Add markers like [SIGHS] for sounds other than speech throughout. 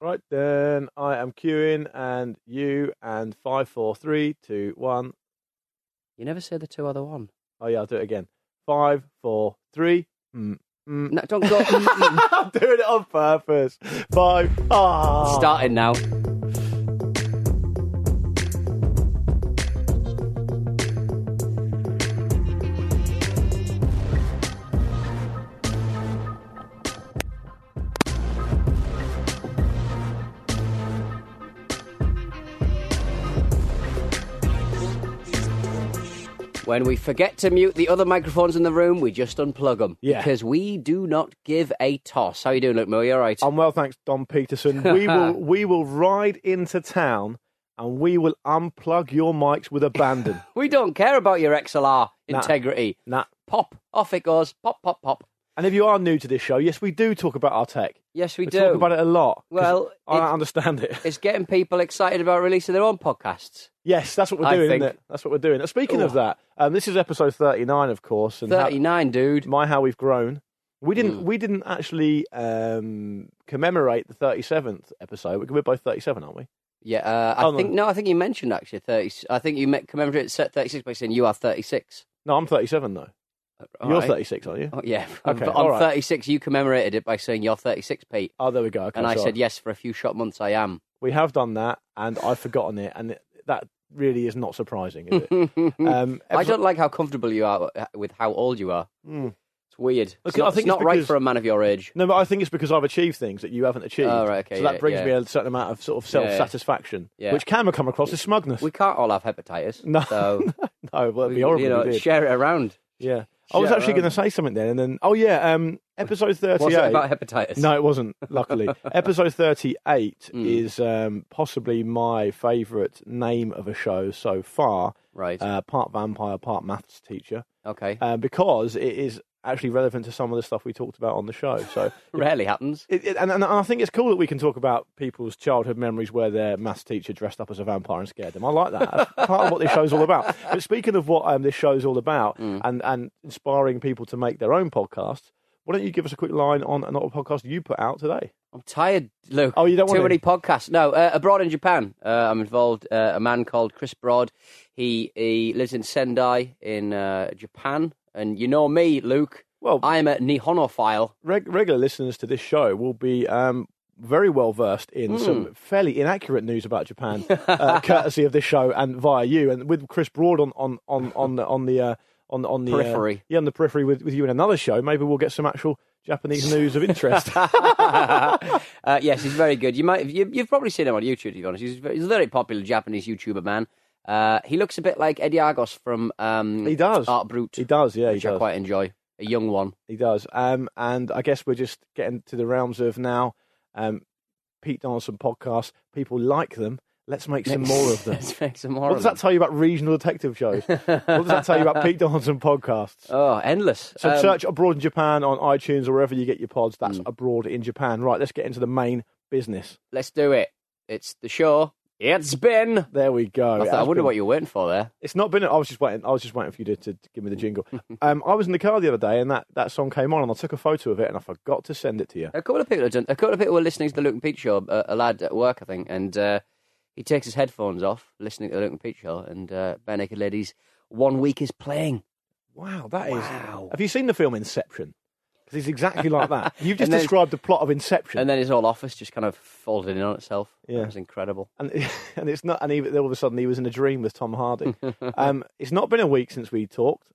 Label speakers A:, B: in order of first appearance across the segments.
A: Right then, I am queuing, and you and five, four, three, two, one.
B: You never say the two other one.
A: Oh yeah, I'll do it again. Five, four, three. Mm, mm.
B: No, don't go. Mm, mm.
A: [LAUGHS] I'm doing it on purpose. Five. Ah.
B: Starting now. When we forget to mute the other microphones in the room, we just unplug them.
A: Yeah.
B: Because we do not give a toss. How you doing, Luke Moore? You all right?
A: I'm well, thanks, Don Peterson. We
B: [LAUGHS]
A: will we will ride into town, and we will unplug your mics with
B: [LAUGHS]
A: abandon.
B: we don't care about your XLR
A: Nah.
B: integrity.
A: nah.
B: Pop. Off it goes. Pop, pop, pop.
A: And if you are new to this show, yes, we do talk about our tech.
B: Yes, we, do.
A: talk about it a lot. 'cause
B: Well,
A: I
B: it-
A: understand it.
B: It's getting people excited about releasing their own podcasts.
A: Yes, that's what we're
B: I
A: doing,
B: think-
A: isn't it? That's what we're doing. Uh, Speaking of that, um, this is episode 39, of course, and how-
B: 39, dude.
A: my how we've grown. We didn't.
B: Mm.
A: We didn't actually um, commemorate the 37th episode. We're by 37, aren't we?
B: Yeah, uh, I
A: Hold
B: think
A: on.
B: no, I think you mentioned actually thirty. I think you met, commemorated set thirty six by saying you are thirty six.
A: No, I'm 37 though. You're 36, aren't you?
B: Oh, yeah.
A: [LAUGHS] Okay,
B: on
A: all right.
B: thirty six, you commemorated it by saying you're thirty six, Pete.
A: Oh, there we go. Okay,
B: and I
A: sorry.
B: said yes for a few short months. I am.
A: we have done that, and I've forgotten it, and it, that really is not surprising,
B: [LAUGHS]
A: is it? um,
B: I don't like how comfortable you are uh, with how old you are.
A: Mm.
B: It's weird.
A: Look,
B: it's not,
A: I think
B: it's not
A: it's
B: right
A: because-
B: for a man of your age.
A: No, but I think it's because I've achieved things that you haven't achieved.
B: Oh, right, okay,
A: so that
B: yeah,
A: brings
B: yeah.
A: me a certain amount of sort of
B: Yeah, yeah.
A: self-satisfaction,
B: Yeah.
A: which can come across as smugness.
B: We can't all have hepatitis.
A: No.
B: so
A: [LAUGHS] no, Oh, well, it'd be
B: you
A: horrible.
B: know,
A: if we did.
B: share it around.
A: Yeah. I was
B: Shit,
A: actually
B: right.
A: going to say something then, and then oh yeah, um, episode
B: What's it
A: thirty-eight.
B: about hepatitis?
A: no, it wasn't.
B: [LAUGHS]
A: Luckily, episode thirty-eight
B: Mm.
A: is um, possibly my favourite name of a show so far.
B: Right.
A: Uh, part vampire, part maths teacher,
B: okay.
A: uh, because it is actually relevant to some of the stuff we talked about on the show. So,
B: Rarely happens.
A: it, it, and, and I think it's cool that we can talk about people's childhood memories where their maths teacher dressed up as a vampire and scared them. I like that. That's part of what this show's all about. But speaking of what um, this show's all about and, and inspiring people to make their own podcasts, why don't you give us a quick line on another podcast you put out today?
B: I'm tired, Luke.
A: Oh, you don't
B: Too
A: want to-
B: many podcasts. No, uh, abroad in Japan, uh, I'm involved. Uh, a man called Chris Broad. He he lives in Sendai in uh, Japan, and you know me, Luke.
A: Well-
B: I'm a Nihonophile.
A: Reg- regular listeners to this show will be um, very well versed in
B: Hmm.
A: some fairly inaccurate news about
B: [LAUGHS]
A: Japan, uh, courtesy of this show and via you, and with Chris Broad on on on on the on the uh, on on the uh,
B: Periphery.
A: yeah, on the periphery with, with you in another show. Maybe we'll get some actual Japanese news of
B: [LAUGHS]
A: interest.
B: Uh, yes, he's very good. You might you, you've probably seen him on YouTube. To be honest, he's, very- he's a very popular Japanese YouTuber man. Uh, he looks a bit like Eddie Argos from um,
A: He does.
B: Art Brut,
A: he does, yeah, he
B: which I
A: does,
B: quite enjoy. A young one.
A: he does. Um, and I guess we're just getting to the realms of now. Um, Pete Donaldson podcasts. People like them. Let's make some more
B: [LAUGHS]
A: of them.
B: Let's make some more.
A: What
B: of
A: does
B: them.
A: that tell you about regional detective shows? what does that tell you
B: [LAUGHS]
A: about Pete Donaldson podcasts?
B: Oh, endless.
A: So
B: Um, Hmm.
A: search abroad in Japan on iTunes or wherever you get your pods. That's abroad in Japan. Right, let's get into the main business.
B: Let's do it. It's the show. It's been.
A: There we go.
B: I,
A: It
B: thought, I
A: has
B: wonder
A: been-
B: what you were waiting for there.
A: It's not been. I was just waiting. I was just waiting for you to, to give me the
B: [LAUGHS]
A: jingle. um, I was in the car the other day, and that, that song came on, and I took a photo of it, and I forgot to send it to you.
B: A couple of people have done. A couple of people were listening to the Luke and Pete show. A, a lad at work, I think, and uh, he takes his headphones off, listening to the Luke and Pete show, and uh, Bare Naked Ladies. One week is playing.
A: Wow, that is.
B: Wow.
A: Have you seen the film Inception? 'Cause It's exactly like
B: [LAUGHS]
A: that. You've just
B: And then-
A: described the plot of Inception.
B: And then his whole office just kind of folded in on itself.
A: Yeah.
B: It was incredible.
A: and [LAUGHS] and it's not. And he, all of a sudden, he was in a dream with Tom
B: [LAUGHS]
A: Hardy. um, it's not been a week since we talked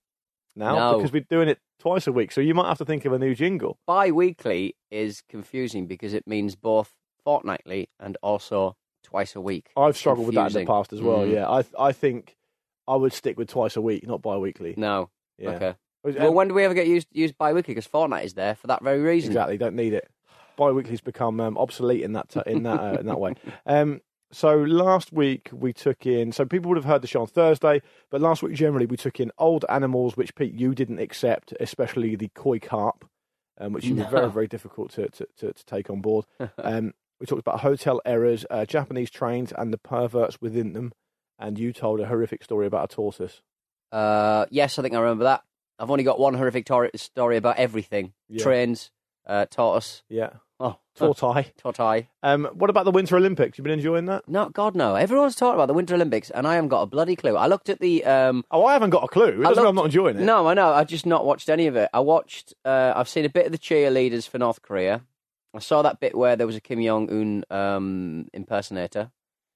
A: now
B: No.
A: because we're doing it twice a week. So you might have to think of a new jingle.
B: Bi weekly is confusing because it means both fortnightly and also twice a week.
A: I've struggled with that in the
B: Confusing.
A: past as well.
B: Mm.
A: Yeah, I I think I would stick with twice a week, not bi-weekly.
B: No.
A: Yeah.
B: Okay.
A: Was-
B: Well,
A: um,
B: when do we ever get used used bi weekly? Because Fortnite is there for that very reason.
A: exactly, don't need it. Bi-weekly's become um, obsolete in that t- in that uh, in that
B: [LAUGHS]
A: way. Um, so last week we took in. So people would have heard the show on Thursday, but last week generally we took in old animals, which Pete you didn't accept, especially the koi carp, um, which you were very very difficult to to, to, to take on
B: [LAUGHS]
A: board. Um, we talked about hotel errors, uh, Japanese trains, and the perverts within them. And you told a horrific story about a tortoise.
B: Uh, yes, I think I remember that. I've only got one horrific tor- story about everything
A: Yeah.
B: trains, uh, tortoise.
A: Yeah.
B: Oh,
A: Tortoise.
B: tortoise.
A: Um, what about the Winter Olympics? You've been enjoying that?
B: No, God, no. Everyone's talking about the Winter Olympics, and I haven't got a bloody clue. I looked at the. Um,
A: Oh, I haven't got a clue. It doesn't
B: I
A: mean I'm
B: looked-
A: not enjoying it.
B: No, I know. I've just not watched any of it. I watched. Uh, I've seen a bit of the cheerleaders for North Korea. I saw that bit where there was a Kim Jong Un um, impersonator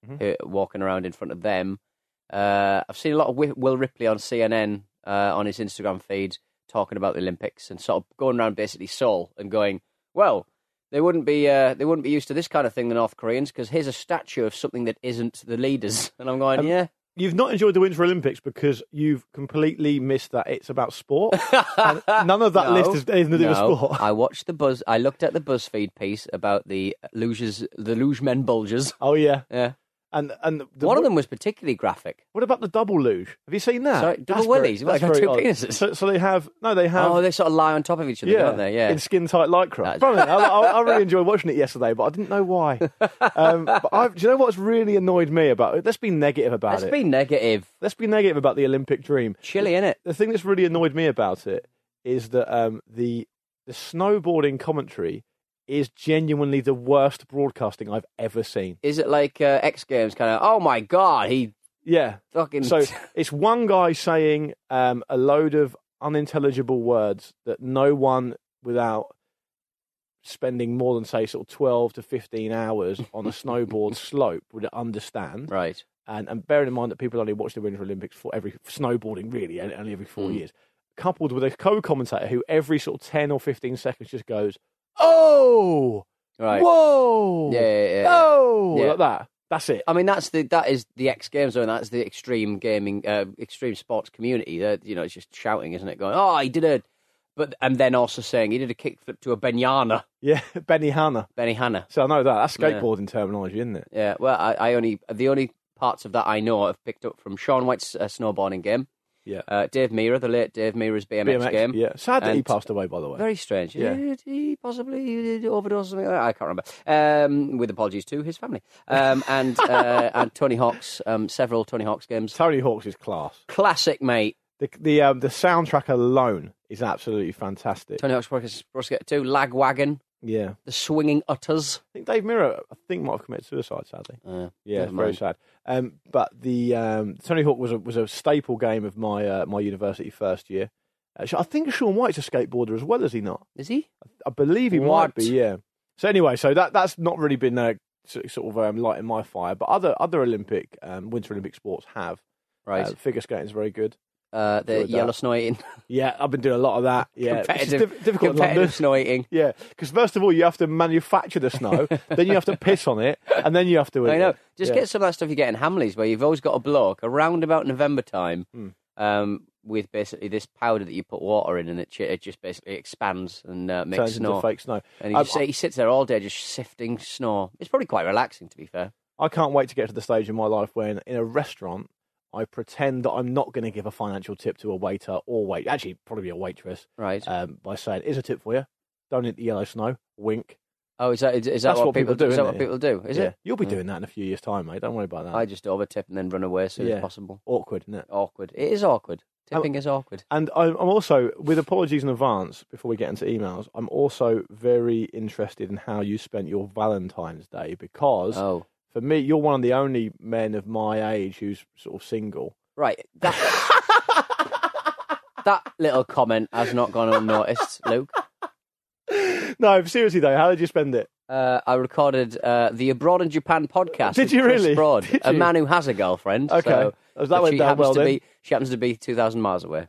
B: who,
A: Mm-hmm.
B: walking around in front of them. Uh, I've seen a lot of Wi- Will Ripley on CNN uh, on his Instagram feed talking about the Olympics and sort of going around basically Seoul and going, "Well, they wouldn't be uh, they wouldn't be used to this kind of thing, the North Koreans, because here's a statue of something that isn't the leaders." [LAUGHS] And I'm going,
A: Um,
B: "Yeah,
A: You've not enjoyed the Winter Olympics because you've completely missed that it's about
B: [LAUGHS]
A: sport. And none of that
B: No.
A: list is anything to do with
B: No.
A: sport. [LAUGHS]
B: I watched the buzz. I looked at the BuzzFeed piece about the luges, the luge men bulges.
A: Oh yeah,
B: Yeah,
A: and and the,
B: one of them was particularly graphic.
A: What about the double luge? Have you seen that?
B: Sorry, double
A: very-
B: willies? Well,
A: that's
B: they got
A: very
B: two
A: odd.
B: penises.
A: So, so they have no, they have.
B: oh, they sort of lie on top of each other,
A: yeah,
B: don't they? Yeah.
A: in skin tight lycra.
B: That's-
A: Funny, I, I, I
B: [LAUGHS]
A: really enjoyed watching it yesterday, but I didn't know why. Um, but I've, do you know what's really annoyed me about it? Let's be negative about
B: Let's
A: it.
B: be negative.
A: Let's be negative about the Olympic dream.
B: Chilly, innit?
A: the thing that's really annoyed me about it is that um, the the snowboarding commentary is genuinely the worst broadcasting I've ever seen.
B: Is it like uh, X Games kind of? Oh my God, he
A: Yeah.
B: fucking. [LAUGHS]
A: So it's one guy saying um, a load of unintelligible words that no one without spending more than say sort of 12 to 15 hours on a snowboard slope would understand
B: right.
A: and, and bearing in mind that people only watch the Winter Olympics for every snowboarding really only only every
B: Mm.
A: four years, coupled with a co-commentator who every sort of ten or fifteen seconds just goes, "Oh,
B: Right.
A: whoa,
B: Yeah, yeah, yeah, yeah.
A: oh,"
B: Yeah.
A: like that. That's it. [LAUGHS]
B: I mean, that's the that is the X Games and that's the extreme gaming, uh, extreme sports community. That you know, it's just shouting, isn't it? Going, oh, he did a, but and then also saying he did a kickflip to a Benyana,
A: Yeah, Benny Hanna.
B: Benny Hanna.
A: So I know that. That's
B: Yeah.
A: skateboarding terminology, isn't it?
B: Yeah, well, I, I only the only parts of that I know I've picked up from Sean White's uh, snowboarding game,
A: Yeah.
B: uh, Dave Meera, the late Dave Meera's BMX, game.
A: Yeah. Sad that he
B: And-
A: passed away, by the way.
B: Very strange.
A: Yeah.
B: Did he possibly overdose or something? like that? I can't remember. Um, with apologies to his family um,
A: [LAUGHS]
B: and uh, and Tony Hawk's um, several Tony Hawk's games.
A: Tony Hawk's is class.
B: Classic, mate.
A: The the um, the soundtrack alone is absolutely fantastic.
B: Tony Hawk's Pro Pro Skater 2, Lagwagon,
A: Yeah.
B: The Swinging Utters.
A: I think Dave Mirror, I think, might have committed suicide, sadly.
B: Uh,
A: Yeah,
B: never
A: it's very
B: mind.
A: sad. Um, but the um, Tony Hawk was a, was a staple game of my uh, my university first year. Actually, I think Sean White's a skateboarder as well, is he not?
B: Is he?
A: I believe he might
B: What?
A: be. Yeah. So anyway, so that that's not really been uh, s- sort of um, lighting my fire, but other other Olympic um, Winter Olympic sports have.
B: Right.
A: Uh, figure skating is very good.
B: Uh, the
A: enjoyed that.
B: yellow snow eating.
A: Yeah, I've been doing a lot of that.
B: [LAUGHS]
A: Yeah, It's
B: competitive
A: diff- difficult in London.
B: competitive snow eating.
A: Yeah, because first of all you have to manufacture the
B: [LAUGHS]
A: snow, then you have to piss on it, and then you have to. eat
B: I know.
A: it.
B: Just
A: uh, Yeah.
B: get some of that stuff you get in Hamleys, where you've always got a bloke around about November time,
A: Hmm.
B: um, with basically this powder that you put water in, and it, ch- it just basically expands and uh, makes
A: turns
B: snow.
A: into fake snow.
B: And he,
A: Um,
B: just, he sits there all day just sifting snow. It's probably quite relaxing, to be fair.
A: I can't wait to get to the stage in my life when, in a restaurant, I pretend that I'm not going to give a financial tip to a waiter or wait, actually probably a waitress,
B: Right.
A: um, by saying, "Here's a tip for you: don't eat the yellow snow." Wink.
B: oh, is that is, is that
A: that's
B: what,
A: what people do,
B: Is that
A: isn't
B: what
A: it?
B: people do? Is
A: Yeah.
B: it? Hmm.
A: You'll be doing that in a few years' time, mate. Don't worry about that.
B: I just overtip and then run away as soon
A: Yeah.
B: as possible.
A: Awkward, isn't it?
B: Awkward. It is awkward.
A: Um,
B: Tipping is awkward.
A: And I'm I'm also, with apologies in advance, before we get into emails, I'm also very interested in how you spent your Valentine's Day because
B: Oh,
A: for me, you're one of the only men of my age who's sort of single. [LAUGHS]
B: right. That, that little comment has not gone unnoticed, Luke.
A: No, seriously though, how did you spend it?
B: Uh, I recorded uh, the Abroad in Japan podcast.
A: Did
B: with
A: you
B: Chris
A: really?
B: Broad,
A: Did
B: a
A: you?
B: man who has a girlfriend.
A: Okay.
B: so-
A: Oh, that
B: but
A: went
B: she
A: down
B: happens
A: well
B: to
A: then. Hmm.
B: be she happens to be two thousand miles away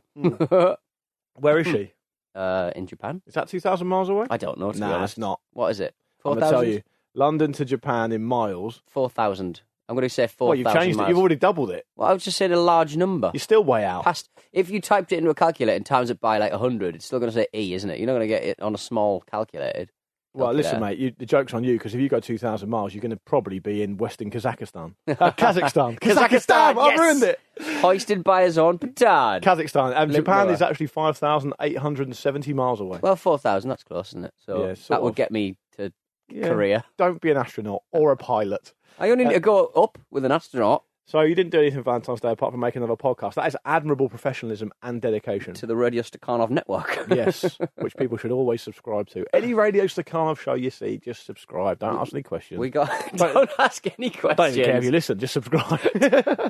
A: Where is she?
B: [LAUGHS] uh, in Japan.
A: Is that two thousand miles away?
B: I don't know. To be
A: Nah,
B: honest,
A: it's not.
B: what is it?
A: I'm
B: Four
A: gonna tell
B: thousand.
A: you, London to Japan in miles.
B: Four thousand. I'm going to say
A: Well,
B: four
A: you've
B: thousand
A: changed it.
B: miles.
A: You've already doubled it.
B: Well, I was just saying a large number.
A: You're still way out.
B: Past, if you typed it into a calculator and times it by like hundred, it's still going to say e, isn't it? You're not going to get it on a small calculated.
A: Well,
B: Look at
A: listen,
B: that.
A: mate. You, the joke's on you because if you go two thousand miles, you're going to probably be in Western
B: [LAUGHS]
A: Kazakhstan, uh, [LAUGHS] Kazakhstan, Kazakhstan. I've
B: yes!
A: ruined it.
B: Hoisted by his own petard.
A: Kazakhstan. Um,
B: Look
A: Japan
B: lower.
A: is actually five thousand eight hundred and seventy miles away.
B: well, four thousand. That's close, isn't it? So
A: Yeah, sort
B: that would
A: of.
B: get me to
A: Yeah.
B: Korea.
A: Don't be an astronaut or a pilot.
B: I only need
A: Uh,
B: to go up with an astronaut
A: So you didn't do anything for Valentine's Day apart from make another podcast. That is admirable professionalism and dedication.
B: to the Radio Stakhanov network. [LAUGHS]
A: yes, which people should always subscribe to. Any Radio Stakhanov show you see, just subscribe. Don't ask any questions.
B: We got.
A: Don't-
B: Don't, ask any questions.
A: don't even care if you listen. Just subscribe.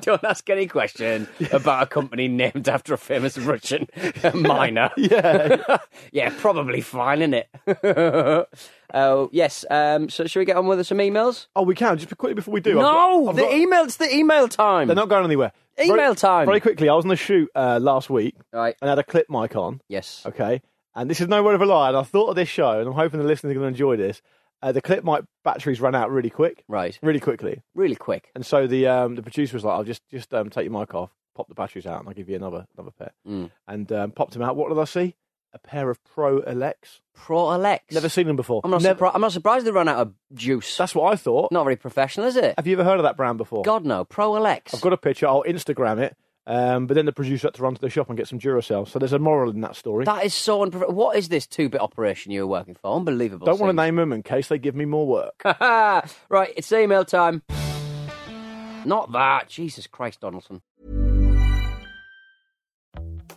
A: [LAUGHS]
B: Don't ask any question about a company named after a famous
A: [LAUGHS]
B: Russian miner. Yeah, [LAUGHS] yeah, probably fine, is [LAUGHS] it? uh, yes. Um, so, should we get on with some emails?
A: oh, we can just quickly before we do. I've
B: no,
A: got- I've
B: the
A: got-
B: email. It's the email time.
A: They're not going anywhere. Very-
B: Email time.
A: Very quickly, I was on the shoot uh, last week
B: right.
A: and had a clip mic on.
B: Yes.
A: Okay. And this is no word of a lie. And I thought of this show, and I'm hoping the listeners are going to enjoy this. Uh, the clip mic batteries ran out really quick,
B: Right.
A: really quickly.
B: Really quick.
A: And so the um, the producer was like, "I'll just just um, take your mic off, pop the batteries out, and I'll give you another another pair."
B: Mm.
A: And um, popped them out. What did I see? A pair of Pro Elects.
B: Pro Alex.
A: Never seen them before.
B: I'm not,
A: Never-
B: surpri- I'm not surprised they ran out of juice.
A: That's what I thought.
B: not very professional, is it?
A: Have you ever heard of that brand before?
B: God no. Pro Alex.
A: I've got a picture. I'll Instagram it. Um, but then the producer had to run to the shop and get some Duracell. So there's a moral in that story.
B: That is so unprofessional. What is this two bit operation you were working for? Unbelievable.
A: Don't want
B: Steve.
A: to name them in case they give me more work.
B: [LAUGHS] right, it's email time. Not that. Jesus Christ, Donaldson.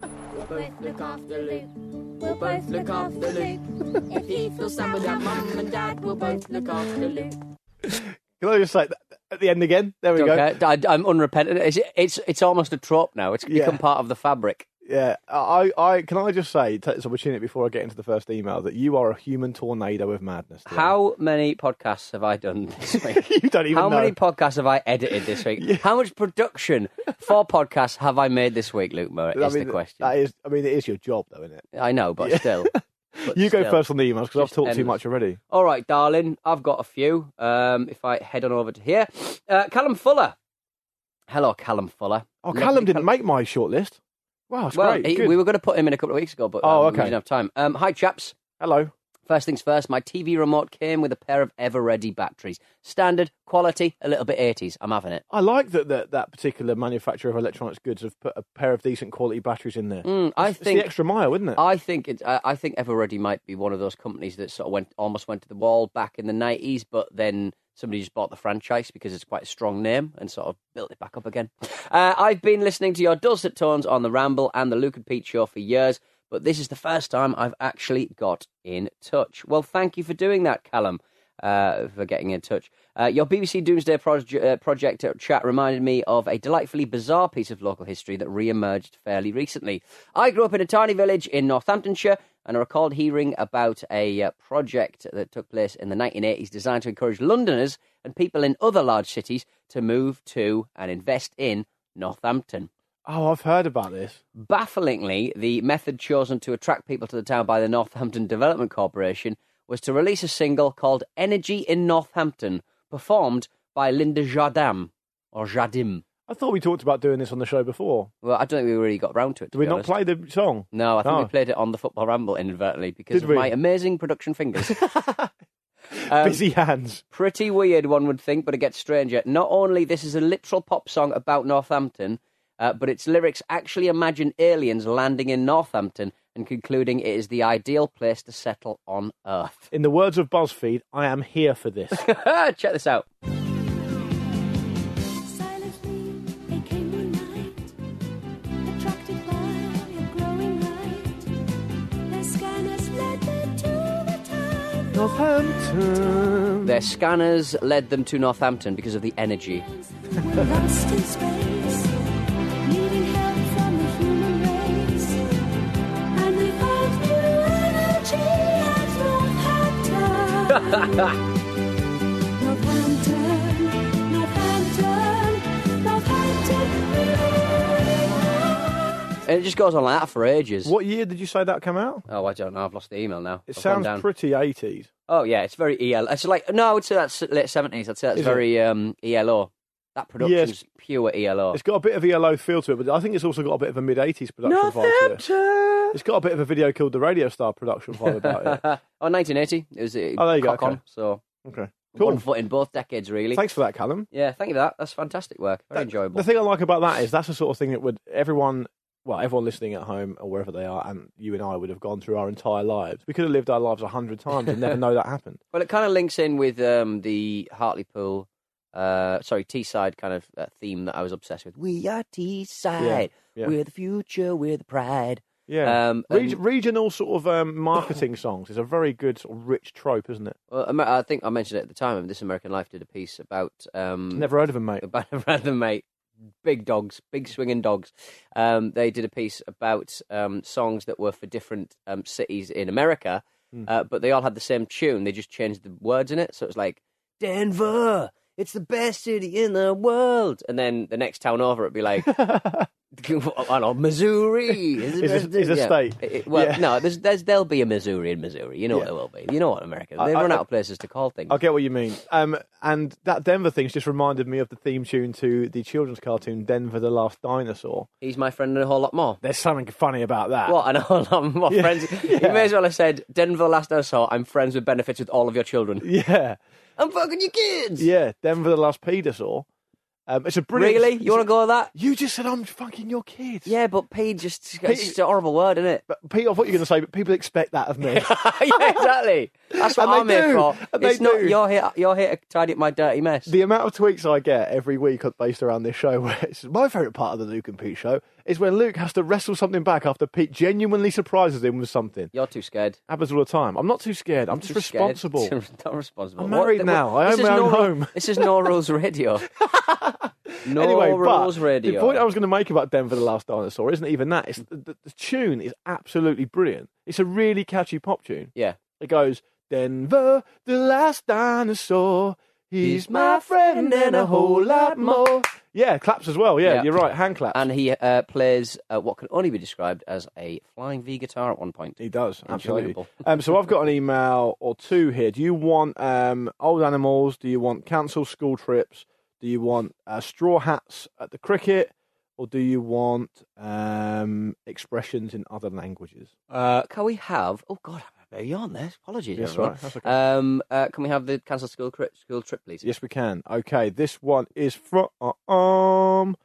C: both look after Luke. We'll both look after Luke. If he feels sad without mum and dad, we'll both look after Luke.
A: Can I just say that at the end again? There we go.
B: Okay, I, I'm unrepentant. It's, it's it's almost a trope now. It's
A: Yeah.
B: become part of the fabric.
A: Yeah, I, I can I just say take this opportunity before I get into the first email that you are a human tornado of madness. Dylan.
B: How many podcasts have I done
A: [LAUGHS]
B: this week?
A: you don't even
B: How
A: know.
B: many podcasts have I edited this week? How much production for podcasts have I made this week, Luke Murray?
A: I
B: Is
A: mean,
B: the question.
A: That is, I mean, it is your job though, isn't it?
B: I know, but
A: [LAUGHS]
B: still. But
A: you go
B: still.
A: first on the emails because I've
B: Just
A: talked too
B: endless.
A: much already.
B: All right, darling, I've got a few. Um, if I head on over to here, uh, Callum Fuller. Hello, Callum Fuller.
A: Oh,
B: Lovely
A: Callum didn't make my shortlist. Wow, that's
B: well,
A: great.
B: he-
A: Good.
B: we were going to put him in a couple of weeks ago, but um,
A: Oh,
B: we
A: okay.
B: didn't have time. Um, hi, chaps.
A: Hello.
B: First things first, my TV remote came with a pair of Ever Ready batteries. Standard, quality, a little bit 80s. I'm having it.
A: I like that, that that particular manufacturer of electronics goods have put a pair of decent quality batteries in there.
B: Mm, I
A: it's
B: think-
A: the extra mile, isn't it?
B: I think it's, I I think Ever Ready might be one of those companies that sort of went almost went to the wall back in the 90s, but then somebody just bought the franchise because it's quite a strong name and sort of built it back up again. Uh, I've been listening to your dulcet tones on the Ramble and the Luke and Pete show for years, but this is the first time I've actually got in touch. Well, thank you for doing that, Callum uh, for getting in touch. Uh, your BBC Doomsday proje- uh, Project chat reminded me of a delightfully bizarre piece of local history that re emerged fairly recently. I grew up in a tiny village in Northamptonshire and I recalled hearing about a uh, project that took place in the 1980s designed to encourage Londoners and people in other large cities to move to and invest in Northampton.
A: Oh, I've heard about this.
B: Bafflingly, the method chosen to attract people to the town by the Northampton Development Corporation was to release a single called Energy in Northampton, performed by Linda Jardim. Or Jardim.
A: I thought we talked about doing this on the show before.
B: Well, I don't think we really got round to it.
A: Did
B: to
A: we
B: be
A: not
B: honest.
A: play the song?
B: No, I think
A: Oh.
B: we played it on the Football Ramble inadvertently because
A: Did
B: of
A: we?
B: my amazing production fingers. Um,
A: Busy hands.
B: Pretty weird, one would think, but it gets stranger. Not only this is a literal pop song about Northampton, uh, but its lyrics actually imagine aliens landing in Northampton and concluding it is the ideal place to settle on Earth. [LAUGHS] Ah,
A: In the words of BuzzFeed, I am here for this.
B: Check this out.
D: Silently, they came in night, attracted by your glowing light. Their scanners led them to the town.
A: Northampton.
B: Their scanners led them to Northampton because of the energy.
D: who were lost in space, needing help from the human race. And they found new energy at [LAUGHS] Northampton. Northampton, Northampton, Northampton.
B: And it just goes on like that for ages.
A: What year did you say that come out?
B: Oh, I don't know. I've lost the email now.
A: It
B: I've gone
A: sounds
B: down.
A: pretty 80s.
B: Oh yeah, it's very EL. It's like no, I would say that's late seventies. I'd say that's
A: Is it?
B: very um, ELO. That production's pure E ELO.
A: It's got a bit of a yellow feel to it, but I think it's also got a bit of a mid 80s production vibe to it. It's got a bit of a video killed the radio star production vibe
B: [LAUGHS]
A: about it.
B: oh, 1980. It was uh,
A: Oh, there you go,
B: cock
A: okay.
B: on. So
A: Okay.
B: one
A: Cool.
B: foot in both decades, really.
A: Thanks for that, Callum.
B: Yeah, thank you for that. That's fantastic work. Very enjoyable.
A: The thing I like about that is that's the sort of thing that would everyone, well, everyone listening at home or wherever they are, and you and I would have gone through our entire lives. We could have lived our lives a hundred times and never know that
B: [LAUGHS]
A: happened.
B: well, it kind of links in with um, the Hartlepool, uh, sorry, Teesside kind of uh, theme that I was obsessed with. We are Teesside.
A: yeah.
B: We're the future. We're the pride.
A: Yeah.
B: Um,
A: Reg-
B: and-
A: regional sort of um, marketing songs is a very good sort of rich trope, isn't it?
B: Well, Amer- I think I mentioned it at the time. This American Life did a piece about um,
A: Never heard of them, mate.
B: [LAUGHS] about a random mate. Big dogs, big swinging dogs. Um, they did a piece about um, songs that were for different um, cities in America,
A: Hmm.
B: uh, but they all had the same tune. They just changed the words in it. So it's like Denver, it's the best city in the world. And then the next town over, it'd be
A: [LAUGHS]
B: like. I don't know, Missouri is, the
A: Is a-
B: best-
A: is a state.
B: It- it- well,
A: Yeah.
B: no, there's, there's, there'll be a Missouri in Missouri. You know
A: Yeah.
B: what there will be. You know what America?
A: I-
B: They
A: I-
B: run out of places to call things.
A: I get what you mean. Um, and that Denver thing's just reminded me of the theme tune to the children's cartoon Denver the Last Dinosaur.
B: He's my friend and a whole lot more.
A: There's something funny about that.
B: [LAUGHS] What? And all of my
A: Yeah.
B: friends. You may as well have said, Denver last I saw, I'm friends with benefits with all of your children.
A: Yeah,
B: I'm fucking your kids!
A: yeah. Denver the Last Pedosaur. Um, it's a brilliant.
B: Really? You want to go with that?
A: You just said I'm fucking your kid.
B: Yeah, but P just,
A: P-
B: it's just a horrible word, isn't it?
A: But [LAUGHS] Pete, I thought you were going to say, but people expect that of me.
B: [LAUGHS] yeah, exactly. That's what
A: And they
B: I'm here
A: do.
B: for.
A: And they
B: It's not,
A: do.
B: you're here, you're here to tidy up my dirty mess.
A: the amount of tweets I get every week based around this show, [LAUGHS] where it's my favourite part of the Luke and Pete show, is when Luke has to wrestle something back after Pete genuinely surprises him with something.
B: you're too scared.
A: Happens all the time. I'm not too scared. I'm, just
B: Too scared. [LAUGHS]
A: responsible.
B: not responsible.
A: I'm married now. I
B: this
A: own
B: is
A: my own
B: no,
A: home.
B: This is No Rules
A: [LAUGHS]
B: Radio. no
A: anyway, but
B: Rules Radio.
A: the point I was going to make about Denver the Last Dinosaur isn't even that. It's the, the, the tune is absolutely brilliant. It's a really catchy pop tune.
B: yeah.
A: It goes Denver the Last Dinosaur. He's
B: He's
A: my friend and a whole lot more. Yeah, claps as well. Yeah,
B: Yeah.
A: you're right. Hand claps.
B: And he uh, plays uh, what can only be described as a flying V guitar at one point.
A: He does, absolutely.
B: Enjoyable.
A: um, so I've got an email or two here. Do you want um, old animals? Do you want cancel school trips? Do you want uh, straw hats at the cricket? Or do you want um, expressions in other languages?
B: Uh, can we have? Oh God, I'm very on this. Apologies,
A: Yes,
B: everyone.
A: right, that's okay.
B: Um, uh, can we have the cancel school trip, school trip, please?
A: Yes, we can. Okay, this one is from.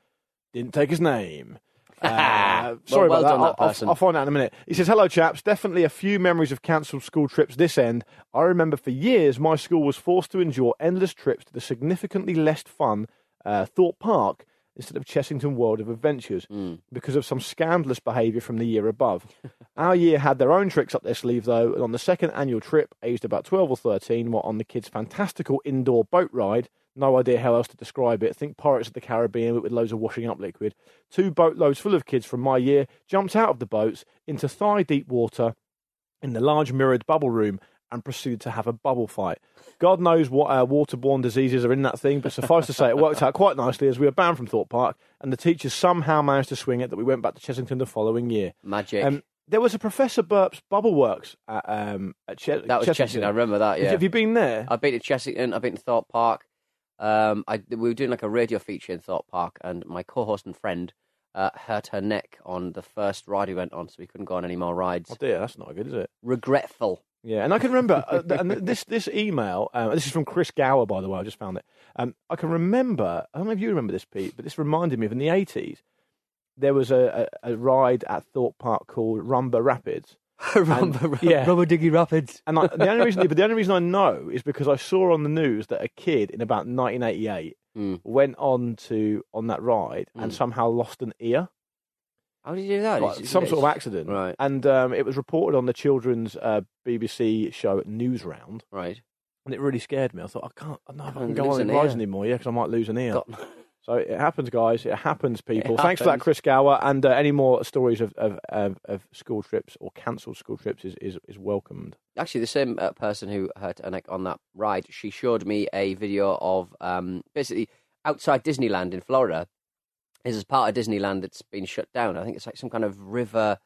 A: Didn't take his name. Uh,
B: [LAUGHS] Well,
A: sorry
B: well
A: about
B: done,
A: that.
B: that
A: I'll,
B: person.
A: I'll, I'll find out in a minute. He says, "Hello, chaps. Definitely a few memories of cancelled school trips this end. I remember for years my school was forced to endure endless trips to the significantly less fun uh, Thorpe Park instead of Chessington World of Adventures
B: Mm.
A: because of some scandalous behaviour from the year
B: [LAUGHS]
A: above. Our year had their own tricks up their sleeve though, and on the second annual trip, aged about twelve or thirteen, were on the kids' fantastical indoor boat ride." No idea how else to describe it. Think Pirates of the Caribbean, but with loads of washing up liquid. Two boatloads full of kids from my year jumped out of the boats into thigh deep water in the large mirrored bubble room and proceeded to have a bubble fight. God knows what uh, waterborne diseases are in that thing, but suffice to say, it worked out quite nicely as we were banned from Thorpe Park, and the teachers somehow managed to swing it that we went back to Chessington the following year.
B: Magic.
A: Um, there was a Professor Burp's Bubble Works at, um, at Ches-
B: that was Chessington. I remember that. Yeah.
A: Have you been there?
B: I've been to Chessington. I've been to Thorpe Park. Um, I, we were doing like a radio feature in Thorpe Park, and my co-host and friend uh, hurt her neck on the first ride we went on, so we couldn't go on any more rides.
A: Oh dear, that's not good, is it? [LAUGHS]
B: Regretful.
A: Yeah, and I can remember, uh, th- and th- this this email. Um, this is from Chris Gower, by the way. I just found it. Um, I can remember. I don't know if you remember this, Pete, but this reminded me of in the eighties. There was a, a, a ride at Thorpe Park called Rumba Rapids,
B: Rumba, Ru-
A: yeah.
B: Rubber Diggy Rapids.
A: and I, the only reason, but the only reason I know is because I saw on the news that a kid in about 1988
B: Mm.
A: went on to on that ride and somehow lost an ear.
B: How did you do Hmm. that?
A: like,
B: It's-
A: some
B: it's-
A: sort of accident.
B: Right.
A: And um, it was reported on the children's uh, BBC show Newsround,
B: Right.
A: and it really scared me. I thought, I can't, I don't know if I
B: Can't
A: can go
B: lose
A: on and
B: an
A: rise
B: ear.
A: anymore, yeah, because I might lose an ear.
B: Got- [LAUGHS]
A: So it happens, guys. It happens, people.
B: It
A: Thanks for that,
B: happens.
A: Chris Gower. And uh, any more stories of, of, of, of school trips or cancelled school trips is, is, is welcomed.
B: Actually, the same uh, person who hurt her neck on that ride, she showed me a video of um, basically outside Disneyland in Florida. Is this part of Disneyland that's been shut down? I think it's like some kind of river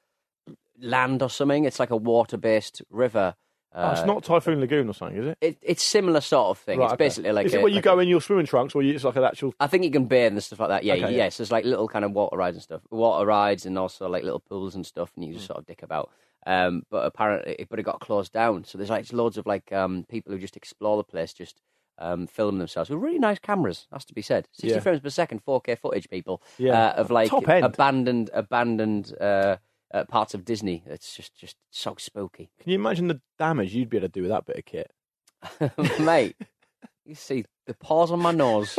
B: land or something. It's like a water-based river.
A: oh, it's
B: uh,
A: not Typhoon Lagoon or something, is it?
B: It, it's similar sort of thing.
A: Right,
B: it's
A: okay.
B: basically like
A: Is
B: a,
A: it where you
B: like
A: go
B: a-
A: in your swimming trunks or you, it's like an actual.
B: I think you can bathe and stuff like that. Yeah,
A: Okay, yeah.
B: yes. There's like little kind of water rides and stuff, water rides, and also like little pools and stuff, and you
A: Hmm.
B: just sort of dick about. Um, but apparently, but it got closed down. So there's like loads of like um, people who just explore the place, just um, film themselves with really nice cameras. Has to be said, sixty
A: Yeah.
B: frames per second, four K footage, people.
A: Yeah.
B: uh, of like
A: Top end.
B: abandoned, abandoned uh, uh, parts of Disney. It's just, just so spooky, [LAUGHS]
A: Can you imagine the damage you'd be able to do with that bit of kit?
B: mate. You see the paws on my nose.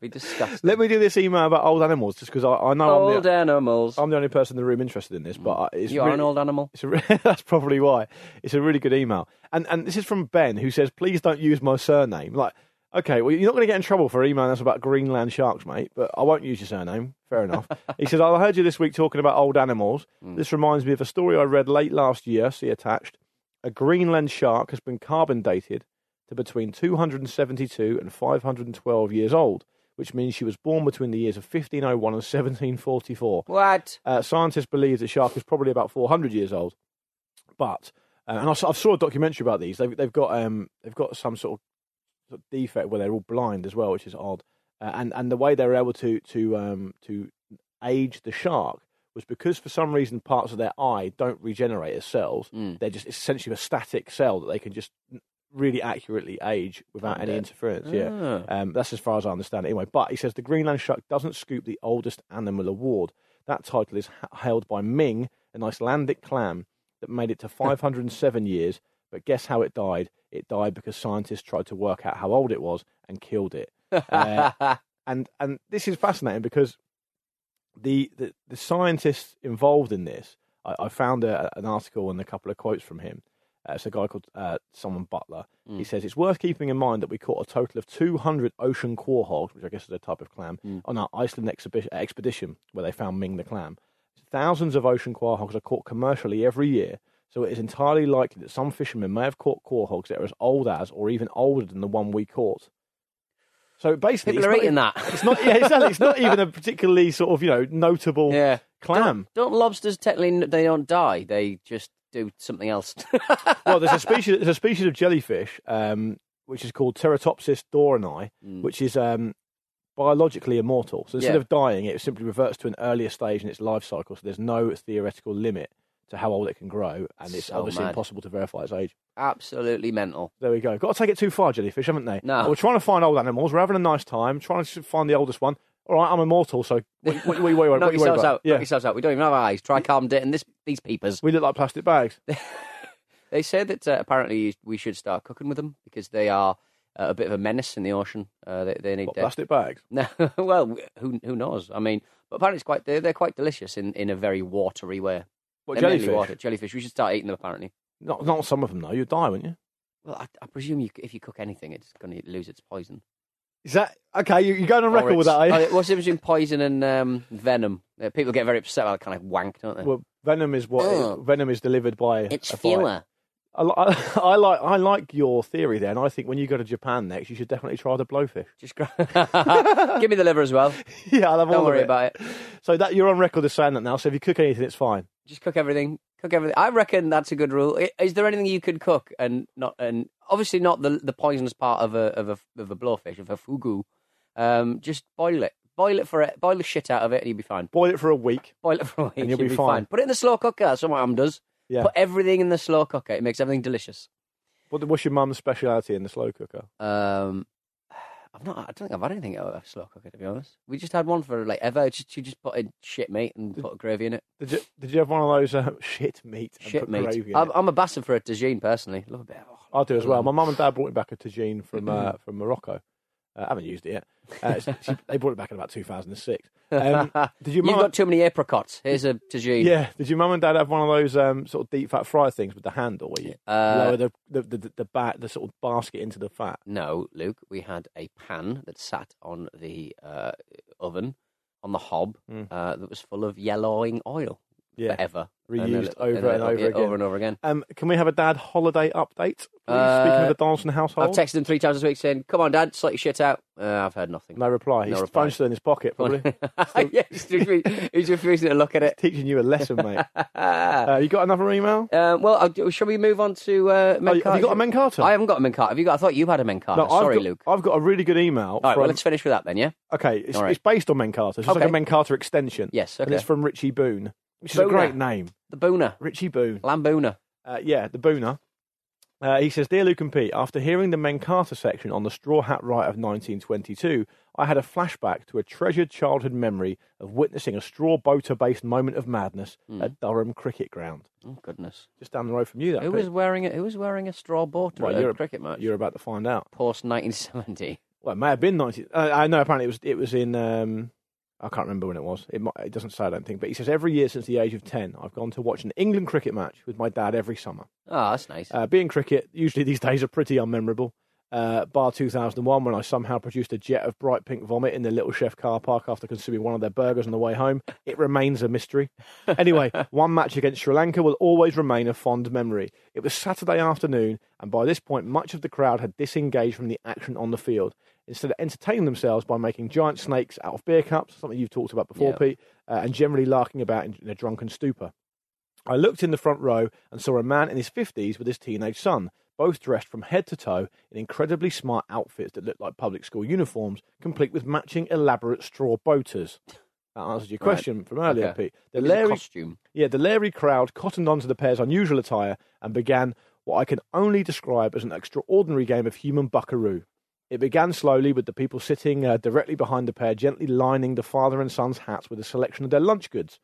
B: Be disgusting.
A: [LAUGHS] Let me do this email about old animals just because I, I know I'm the- [LAUGHS]
B: old animals.
A: I'm the only person in the room interested in this, but I- it's
B: you are
A: really,
B: an old animal.
A: It's a re- [LAUGHS] that's probably why. It's a really good email, and and this is from Ben who says, "Please don't use my surname." Like, okay, well, you're not going to get in trouble for emailing us about Greenland sharks, mate. But I won't use your surname. Fair enough. he says, "I heard you this week talking about old animals. This reminds me of a story I read late last year. See attached. A Greenland shark has been carbon dated to between 272 and 512 years old." Which means she was born between the years of 1501 and 1744.
B: What?
A: Uh, scientists believe the shark is probably about 400 years old, but uh, and I saw, I saw a documentary about these. They've, they've got um, they've got some sort of, sort of defect where they're all blind as well, which is odd. Uh, and and the way they were able to to um, to age the shark was because for some reason parts of their eye don't regenerate as cells. They're just essentially a static cell that they can just really accurately age without any interference. Yeah, um, that's as far as I understand it. Anyway, but he says the Greenland shark doesn't scoop the oldest animal award. That title is ha- held by Ming, an Icelandic clam that made it to 507 years. But guess how it died? It died because scientists tried to work out how old it was and killed it. Uh, and and this is fascinating because the the, the scientists involved in this, I, I found a, an article and a couple of quotes from him. Uh, it's a guy called uh, someone Butler.
B: Mm.
A: He says it's worth keeping in mind that we caught a total of 200 ocean quahog, which I guess is a type of clam,
B: Mm.
A: on our Iceland exhibi- expedition where they found Ming the clam. Thousands of ocean quahogs are caught commercially every year, so it is entirely likely that some fishermen may have caught quahogs that are as old as, or even older than the one we caught. So basically,
B: People are
A: it's
B: eating
A: not,
B: that.
A: It's not, yeah, exactly. It's not even a particularly sort of you know notable
B: Yeah.
A: clam.
B: [LAUGHS] Don't lobsters technically n- they don't die? They just do something else. [LAUGHS]
A: well, there's a species. There's a species of jellyfish um, which is called Pteratopsis dorani, which is um, biologically immortal. So instead
B: Mm. Yeah.
A: of dying, it simply reverts to an earlier stage in its life cycle. So there's no theoretical limit to how old it can grow, and it's
B: So
A: obviously
B: mad.
A: impossible to verify its age.
B: Absolutely mental.
A: There we go. Got to take it too far, jellyfish, haven't they?
B: No.
A: We're trying to find old animals. We're having a nice time. Trying to find the oldest one. All right, I'm immortal, so what, what, what, what, what, what,
B: Knock
A: you worried
B: yourselves
A: about?
B: out.
A: Yeah.
B: Knock yourselves out. We don't even have eyes. Try calm dating this these peepers.
A: We look like plastic bags.
B: They say that uh, apparently we should start cooking with them because they are uh, a bit of a menace in the ocean. Uh, they, they need
A: What,
B: their-
A: plastic bags?
B: No, [LAUGHS] well, who who knows? I mean, but apparently it's quite they're, they're quite delicious in, in a very watery way.
A: What,
B: They're mainly
A: jellyfish?
B: water- jellyfish. We should start eating them. Apparently,
A: Not, not some of them, though. You'd die, wouldn't you?
B: well, I, I presume you, if you cook anything, it's going to lose its poison.
A: Is that... Okay, you, you're going on
B: Or
A: record with that, eh?
B: it's-
A: are you? [LAUGHS]
B: oh, what's the difference between poison and um, venom? Uh, people get very upset about that kind of wank, don't they?
A: Well, venom is what...
B: Ugh.
A: venom is delivered by...
B: Oh. it's
A: a bite.
B: fewer.
A: I, li- [LAUGHS] I like I like your theory there, and I think when you go to Japan next, you should definitely try the blowfish.
B: Just gra- [LAUGHS] give me the liver as well.
A: [LAUGHS] Yeah, I love all
B: Don't
A: of
B: worry
A: it.
B: about it.
A: So that you're on record as saying that now. So if you cook anything, it's fine.
B: Just cook everything. Cook everything. I reckon that's a good rule. I- Is there anything you could cook and not and obviously not the the poisonous part of a of a of a blowfish of a fugu. Um, just boil it. Boil it for it. Boil the shit out of it, and you'll be fine.
A: Boil it for a week.
B: Boil it for a week,
A: you'll be fine.
B: Put it in the slow cooker. That's what my mum does.
A: Yeah.
B: Put everything in the slow cooker. It makes everything delicious.
A: What, what's your mum's speciality in the slow cooker?
B: Um, [SIGHS] I've not. I don't think I've had anything out of a slow cooker to be honest. We just had one for like ever. Just, she just put in shit meat and put gravy in it.
A: Did you, did you have one of those uh, [LAUGHS] shit meat? And
B: Shit
A: put
B: meat.
A: Gravy in
B: I'm,
A: it?
B: I'm a bastard for a tagine personally. Love a bit. oh,
A: I'll do as well. My mum and dad brought me back a tagine from
B: Mm-hmm.
A: uh, from Morocco. Uh, I haven't used it yet. Uh, it's- she- they brought it back in about 2006.
B: [LAUGHS]
A: Um, did your
B: You've
A: mum?
B: got too many apricots. Here's a tagine.
A: yeah. Did your mum and dad have one of those um, sort of deep fat fry things with the handle where you
B: Uh,
A: lower the the, the, the, the, ba- the sort of basket into the fat?
B: No, Luke, we had a pan that sat on the uh, oven, on the hob, uh, that was full of yellowing oil
A: Hmm. Yeah.
B: forever.
A: Reused
B: a little-
A: over
B: a little
A: and over
B: bit,
A: again.
B: Over and over again.
A: Um, can we have a dad holiday update? Please?
B: Uh,
A: Speaking of the Donaldson
B: I've
A: household,
B: texted him three times this week saying, come on, Dad, sort your shit out. Uh, I've heard nothing.
A: no reply. His
B: reply.
A: phone's still in his pocket,
B: [LAUGHS]
A: probably.
B: yeah, he's, refusing, he's refusing to look at it.
A: Teaching you a lesson,
B: [LAUGHS]
A: mate. uh, you got another email?
B: Um, well, I'll, do- shall we move on to uh,
A: Oh,
B: men
A: have you got a
B: cards?
A: Mencarta?
B: I haven't got a men card. Have you got? I thought you had a men card.
A: No, I've
B: Sorry,
A: got,
B: Luke.
A: I've got a really good email.
B: All right, well,
A: from-
B: let's finish with that then. Yeah.
A: Okay, it's,
B: All right.
A: it's based on Mencarta. So it's like a
B: Okay.
A: Mencarta extension.
B: Yes,
A: And
B: okay.
A: it's from Richie Boone, which is a
B: Booner.
A: great name.
B: The Booner,
A: Richie Boone.
B: Lambooner.
A: Uh, yeah, the Booner. Uh, he says, Dear Luke and Pete, after hearing the Mencarta section on the Straw Hat Riot of 1922, I had a flashback to a treasured childhood memory of witnessing a straw boater based moment of madness
B: Hmm.
A: at Durham Cricket Ground.
B: Oh goodness.
A: Just down the road from you, that
B: Who
A: Pete.
B: was wearing a, Who was wearing a straw boater
A: Well,
B: at
A: you're
B: a cricket match?
A: You're about to find out.
B: Post 1970.
A: Well, it may have been 90. Uh, I know. Apparently, it was. It was in. Um, I can't remember when it was. It, might, it doesn't say. I don't think. But he says every year since the age of ten, I've gone to watch an England cricket match with my dad every summer.
B: Oh, that's nice.
A: Uh, being cricket, usually these [LAUGHS] days are pretty unmemorable. Uh, bar 2001, when I somehow produced a jet of bright pink vomit in the Little Chef car park after consuming one of their burgers on the way home, it remains a mystery.
B: [LAUGHS]
A: Anyway, one match against Sri Lanka will always remain a fond memory. It was Saturday afternoon, and by this point, much of the crowd had disengaged from the action on the field. Instead of entertaining themselves by making giant snakes out of beer cups, something you've talked about before,
B: Yeah.
A: Pete, uh, and generally larking about in, in a drunken stupor. I looked in the front row and saw a man in his 50s with his teenage son, both dressed from head to toe in incredibly smart outfits that looked like public school uniforms, complete with matching elaborate straw boaters. That answers your
B: Right.
A: question from earlier,
B: Okay.
A: Pete. The
B: It was a
A: Larry,
B: costume.
A: yeah, the Larry crowd cottoned onto the pair's unusual attire and began what I can only describe as an extraordinary game of human buckaroo. It began slowly with the people sitting uh, directly behind the pair, gently lining the father and son's hats with a selection of their lunch goods.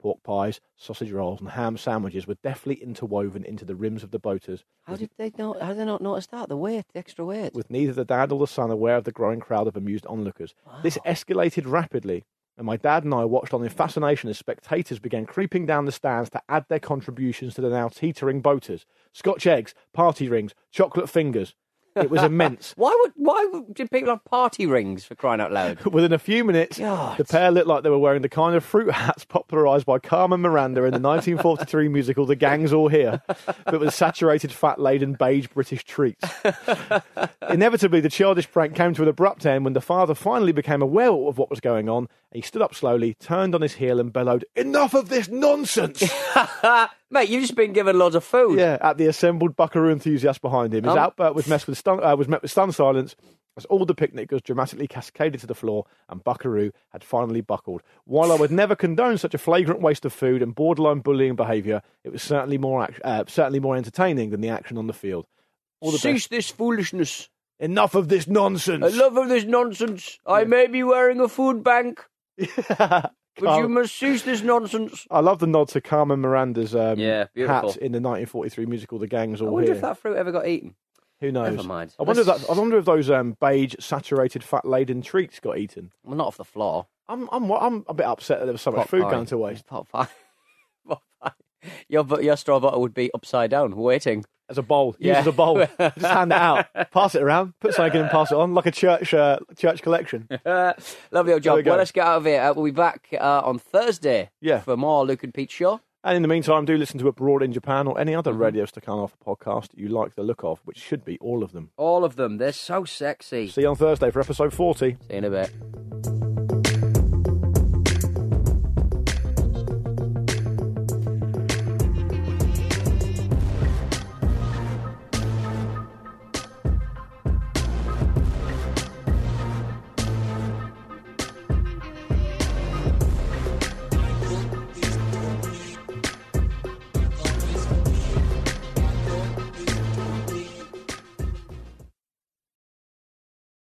A: Pork pies, sausage rolls, and ham sandwiches were deftly interwoven into the rims of the boaters,
B: How did they not? How did they not notice that? The weight, the extra weight.
A: with neither the dad or the son aware of the growing crowd of amused onlookers. This escalated rapidly, and my dad and I watched on in fascination as spectators began creeping down the stands to add their contributions to the now teetering boaters. Scotch eggs, party rings, chocolate fingers. It was immense.
B: Why would? Why would, did people have party rings for crying
A: [LAUGHS]
B: out loud?
A: Within a few minutes,
B: God.
A: the pair looked like they were wearing the kind of fruit hats [LAUGHS] popularised by Carmen Miranda in the 1943 musical The Gang's All Here, but with saturated, fat laden beige British treats. Inevitably, the childish prank came to an abrupt end when the father finally became aware of what was going on. He stood up slowly, turned on his heel, and bellowed, Enough of this nonsense!
B: Mate, you've just been given loads of food.
A: Yeah, at the assembled buckaroo enthusiasts behind him. His
B: Um,
A: outburst was, messed with stun, uh, was met with stunned silence as all the picnickers dramatically cascaded to the floor and buckaroo had finally buckled. While I would never condone such a flagrant waste of food and borderline bullying behaviour, it was certainly more act- uh, certainly more entertaining than the action on the field. All the
B: Cease this foolishness.
A: best. Enough of this [LAUGHS]
B: I
A: nonsense.
B: love of this nonsense. I may be wearing a food bank, but you
A: Carl-
B: must cease this nonsense.
A: I love the nod to Carmen Miranda's um,
B: Yeah, beautiful.
A: hat in the 1943 musical "The Gang's
B: I
A: All
B: wonder
A: Here."
B: if that fruit ever got eaten.
A: Who knows?
B: Never mind.
A: I wonder if
B: Let's-
A: that, I wonder if those um, beige, saturated, fat-laden treats got eaten.
B: Well, not off the floor.
A: I'm I'm I'm a bit upset that there was so much
B: Pot
A: food
B: pie.
A: going to waste.
B: Pot pie. [LAUGHS] Pot pie. Your, bu- your straw bottle would be upside down, waiting.
A: As a bowl, use
B: Yeah.
A: as a bowl. Just hand it out, pass it around, put something in and pass it on like a church uh, church collection.
B: Uh, lovely old
A: There we
B: job.
A: go.
B: Well, let's get out of here. Uh, we'll be back uh, on Thursday
A: Yeah.
B: for more Luke and Pete Show.
A: And in the meantime, do listen to Abroad in Japan or any other Radio Stakhanov podcast that you like the look of, which should be all of them.
B: All of them. They're so sexy.
A: See you on Thursday for episode 40.
B: See you in a bit.